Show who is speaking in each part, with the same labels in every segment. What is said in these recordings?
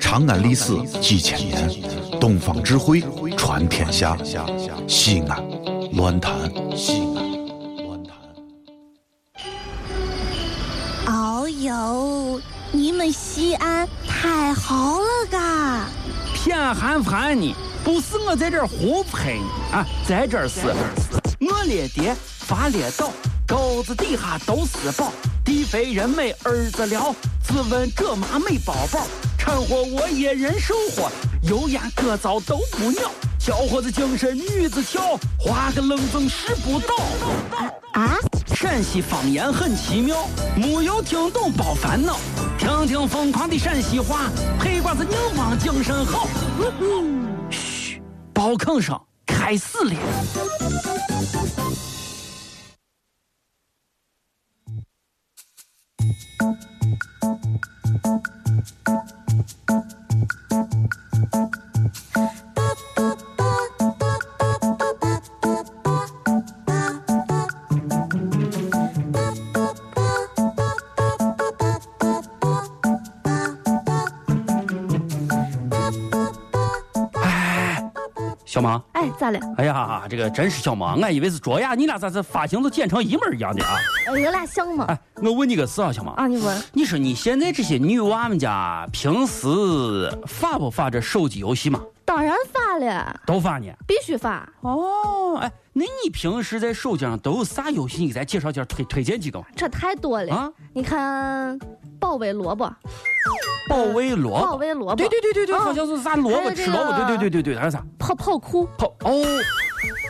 Speaker 1: 长安历史几千年，东方智慧传天下。西安，乱谈西安，乱谈。
Speaker 2: 哦呦，你们西安太好了嘎！
Speaker 3: 偏寒寒你，不是我在这儿胡喷你啊，在这儿是，我列爹发列倒，沟子底下都是宝，地肥人美儿子了，自问这妈没宝宝，掺和我也人生活，油盐各糟都不尿，小伙子精神女子俏，花个愣风使不倒。
Speaker 2: 啊，
Speaker 3: 陕西方言很奇妙，没有听懂别烦恼，听听疯狂的陕西话，黑瓜子硬邦精神好。嘘，包吭声开始了。小马，
Speaker 2: 哎，咋了？
Speaker 3: 哎呀，这个真是小马，我以为是卓雅，你俩咋这发型都剪成一模一样的啊？
Speaker 2: 呃有俩像吗？
Speaker 3: 哎，我问你个事啊，小马，
Speaker 2: 啊，你问，
Speaker 3: 你说你现在这些女娃们家平时发不发这手机游戏嘛？
Speaker 2: 当然发了，
Speaker 3: 都发呢。
Speaker 2: 必须发。
Speaker 3: 哦，哎，那你平时在手机上都有啥游戏？你给咱介绍介绍，推推荐几个嘛？
Speaker 2: 这太多了。
Speaker 3: 啊
Speaker 2: 你看，鲍威萝卜，
Speaker 3: 鲍威萝
Speaker 2: 嗯
Speaker 3: 卜，
Speaker 2: 鲍威萝卜
Speaker 3: 对对对对对，
Speaker 2: 啊
Speaker 3: 好像是啥萝
Speaker 2: 还
Speaker 3: 卜
Speaker 2: 有这
Speaker 3: 吃
Speaker 2: 个
Speaker 3: 萝卜，对对对对对，还有啥
Speaker 2: 泡泡裤，
Speaker 3: 泡哦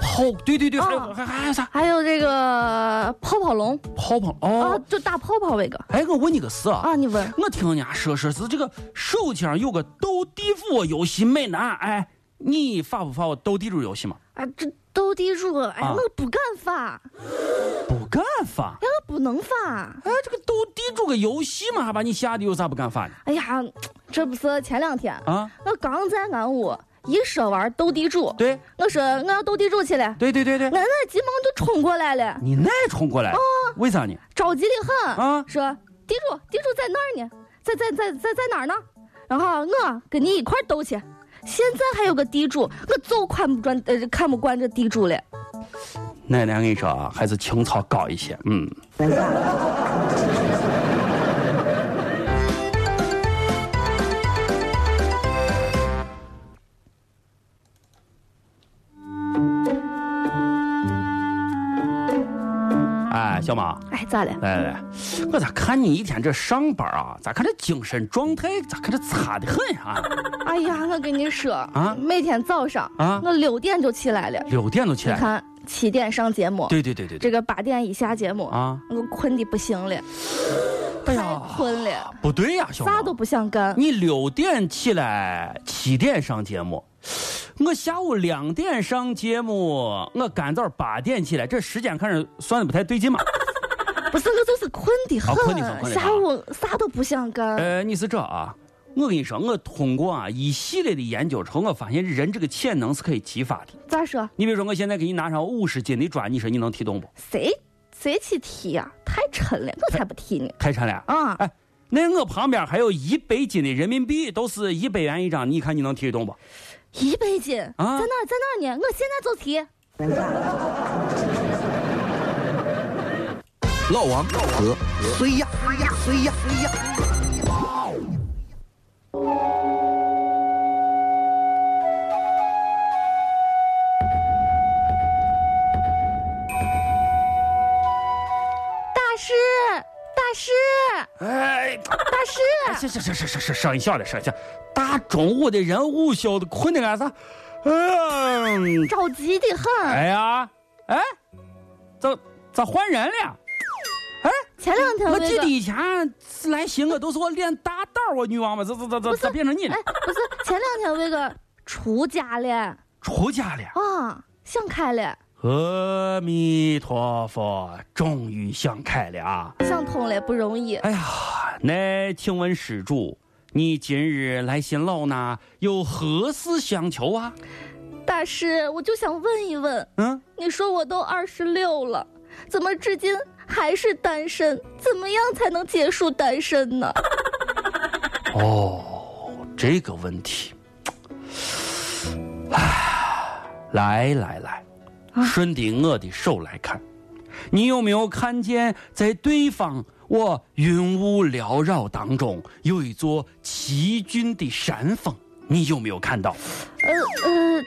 Speaker 3: 泡，对对对，还有
Speaker 2: 啊
Speaker 3: 还还有啥
Speaker 2: 还有这个泡泡龙
Speaker 3: 泡泡
Speaker 2: 啊
Speaker 3: 哦，。
Speaker 2: 就大泡泡那个
Speaker 3: 哎，我问你个事啊，
Speaker 2: 啊，你问
Speaker 3: 我听人家说说是这个手机上有个斗地主游戏美男，哎，你发不发我斗地主游戏嘛？
Speaker 2: 啊，这斗地主，哎呀
Speaker 3: 啊，
Speaker 2: 我不敢发，
Speaker 3: 不敢发。
Speaker 2: 哎，我不能发。
Speaker 3: 哎，这个斗地主个游戏嘛，还把你吓得有啥不敢发的
Speaker 2: 哎呀，这不是前两天，
Speaker 3: 啊？
Speaker 2: 我刚在俺屋一说玩斗地主，
Speaker 3: 对
Speaker 2: 我说我要斗地主去了，俺
Speaker 3: 对对对对。
Speaker 2: 那急忙就冲过来了，
Speaker 3: 你那冲过来
Speaker 2: 哦
Speaker 3: 了，为啥呢？
Speaker 2: 着急的很，
Speaker 3: 啊
Speaker 2: 说地主地主在哪儿呢？在在在在在哪儿呢？然后我跟你一块儿斗去。现在还有个地主，我就看不转呃看不惯这地主了。
Speaker 3: 奶奶，我跟你说啊，还是情操高一些。嗯，哎，小马，
Speaker 2: 哎，咋了？
Speaker 3: 来来来，我咋看你一天这上班啊？咋看这精神状态？咋看这差的很啊？
Speaker 2: 哎呀，我跟你说
Speaker 3: 啊
Speaker 2: 每天早上
Speaker 3: 啊
Speaker 2: 我六点就起来了，
Speaker 3: 六点都起
Speaker 2: 你
Speaker 3: 来了。
Speaker 2: 看七点上节目，
Speaker 3: 对对对对对
Speaker 2: 这。个八点以下节目
Speaker 3: 啊，
Speaker 2: 我困的不行了，
Speaker 3: 哎
Speaker 2: 太
Speaker 3: 呀，
Speaker 2: 困了，
Speaker 3: 不对呀、小马。
Speaker 2: 啥都不想干。
Speaker 3: 你六点起来，七点上节目。我下午两点上节目，我干早八点起来，这时间看着算的不太对劲嘛。
Speaker 2: 不是，我就是困得
Speaker 3: 啊困得很
Speaker 2: 很，
Speaker 3: 困得很
Speaker 2: 下午啥都不想干。
Speaker 3: 呃，你是这啊？我跟你说，我通过啊一系列的研究之后，我发现人这个潜能是可以激发的。
Speaker 2: 咋说？
Speaker 3: 你比如说，我现在给你拿上五十斤的砖，你说你能提动不？
Speaker 2: 谁谁去踢呀、啊太沉了，我才不踢呢。
Speaker 3: 太沉了啊！
Speaker 2: 啊，
Speaker 3: 哎，那我旁边还有一百斤的人民币，都是一百元一张，你看你能提动不？
Speaker 2: 一百斤，在
Speaker 3: 啊
Speaker 2: 哪儿在哪儿呢？我现在就踢。
Speaker 1: 老王和谁呀？谁呀？谁呀？
Speaker 2: 大师，大师，
Speaker 3: 哎，
Speaker 2: 大师，
Speaker 3: 这这这这这这上一笑的上一笑，大中午的人午休的困的干啥？嗯，
Speaker 2: 着急的很。
Speaker 3: 哎呀，哎，咋咋换人了？
Speaker 2: 前两天
Speaker 3: 我
Speaker 2: 啊那
Speaker 3: 记得
Speaker 2: 个。
Speaker 3: 以前是来寻我都是我练大道我女王嘛，咋咋咋咋咋变成你了
Speaker 2: 哎？，不是前两天那个出家了
Speaker 3: 出家了。
Speaker 2: 啊，想开了，
Speaker 3: 阿弥陀佛，终于想开了啊！
Speaker 2: 想通了，不容易。
Speaker 3: 哎呀，那请问施主，你今日来寻老衲有何事相求啊？
Speaker 2: 大师，我就想问一问，
Speaker 3: 嗯，
Speaker 2: 你说我都二十六了，怎么至今还是单身？怎么样才能结束单身呢？
Speaker 3: 哦，这个问题，唉，来来来，顺着我的手来看，你有没有看见在对方我云雾缭绕当中有一座奇峻的山峰？你有没有看到？
Speaker 2: 呃呃，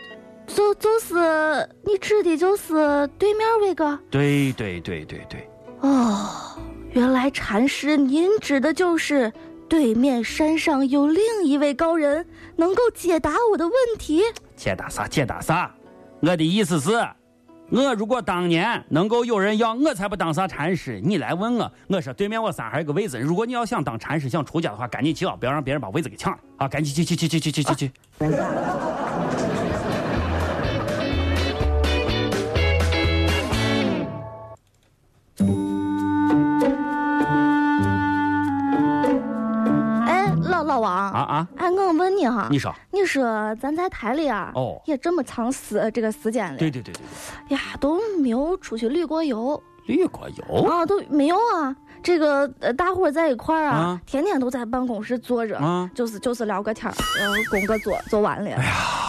Speaker 2: 就就是你指的就是对面儿那个
Speaker 3: 对对对对对，
Speaker 2: 哦，原来禅师您指的就是对面山上有另一位高人，能够解答我的问题。
Speaker 3: 解答啥？解答啥？我的意思是，我如果当年能够有人要，我才不当啥禅师。你来问我，我说对面我三还有个位子。如果你要想当禅师，想出家的话，赶紧去啊，不要让别人把位子给抢了啊！赶紧去去去去去去去去。
Speaker 2: 哎，老老王
Speaker 3: 啊啊！
Speaker 2: 哎，我问你哈，
Speaker 3: 你说，
Speaker 2: 你说咱在台里啊，
Speaker 3: 哦
Speaker 2: 也这么长时这个时间了，
Speaker 3: 对对对对，
Speaker 2: 哎呀，都没有出去旅过游
Speaker 3: 绿果油
Speaker 2: 啊，都没有啊。这个呃，大伙儿在一块儿啊
Speaker 3: 啊，
Speaker 2: 天天都在办公室坐着，
Speaker 3: 啊哎
Speaker 2: 就是就是聊个天儿，然后工个作就完了。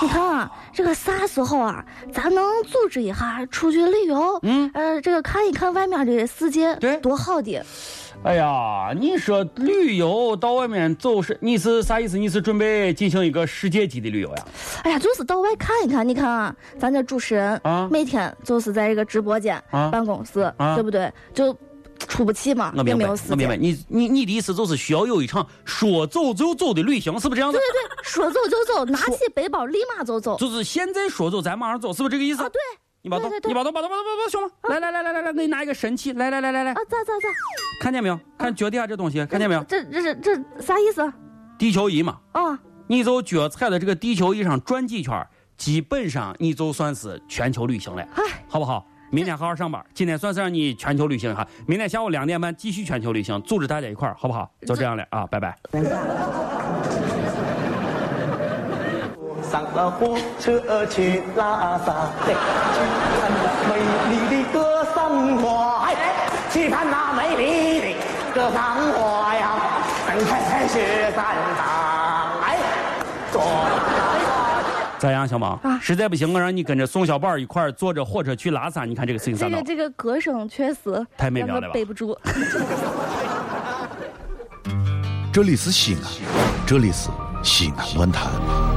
Speaker 2: 你看啊，这个啥时候啊，咱能组织一下出去旅游？
Speaker 3: 嗯，
Speaker 2: 呃，这个看一看外面的世界，
Speaker 3: 对
Speaker 2: 多好的。
Speaker 3: 哎呀，你说旅游到外面走是你是啥意思？你是准备进行一个世界级的旅游呀？
Speaker 2: 哎呀，就是到外看一看，你看啊，咱这主持人
Speaker 3: 啊
Speaker 2: 每天就是在这个直播间、
Speaker 3: 啊
Speaker 2: 办公室，
Speaker 3: 啊
Speaker 2: 对不对？就出不去嘛，
Speaker 3: 我
Speaker 2: 也
Speaker 3: 明
Speaker 2: 没
Speaker 3: 白，
Speaker 2: 有时
Speaker 3: 我明白，
Speaker 2: 间。
Speaker 3: 你你你的意思就是需要有一场说走就走的旅行，是不是这样子？
Speaker 2: 说走就走，拿起背包立马就走。
Speaker 3: 就是现在说走，咱马上走，是不是这个意思？
Speaker 2: 啊，对
Speaker 3: 你把动
Speaker 2: 对对，对
Speaker 3: 你把动，把动，把动，把动，兄弟，来来来来来来，给你拿一个神器，来来来来来
Speaker 2: 啊，，咋咋咋？
Speaker 3: 看见没有？看脚底下这东西，看见没有？
Speaker 2: 这这这这啥意思？
Speaker 3: 地球仪嘛，
Speaker 2: 啊，
Speaker 3: 你就脚踩在这个地球仪上转几圈儿，基本上你就算是全球旅行了，
Speaker 2: 哎，
Speaker 3: 好不好？明天好好上班，今天算是让你全球旅行哈。明天下午两点半继续全球旅行，组织大家一块儿，好不好？就这样了啊，拜拜。
Speaker 4: 上了火车去拉萨，嘿，去看那美丽的格桑花，哎，去看那美丽的格桑花呀，等开雪山岗，哎，左
Speaker 3: 咋样，小王？
Speaker 2: 啊
Speaker 3: 实在不行，我让你跟着宋小宝一块儿坐着火车去拉萨，你看这个事情咋
Speaker 2: 这
Speaker 3: 弄
Speaker 2: 个？这个歌声确实
Speaker 3: 太美
Speaker 2: 让
Speaker 3: 妙
Speaker 2: 我
Speaker 3: 了吧
Speaker 2: 背不住。
Speaker 1: 这里是西安，这里是西安论坛。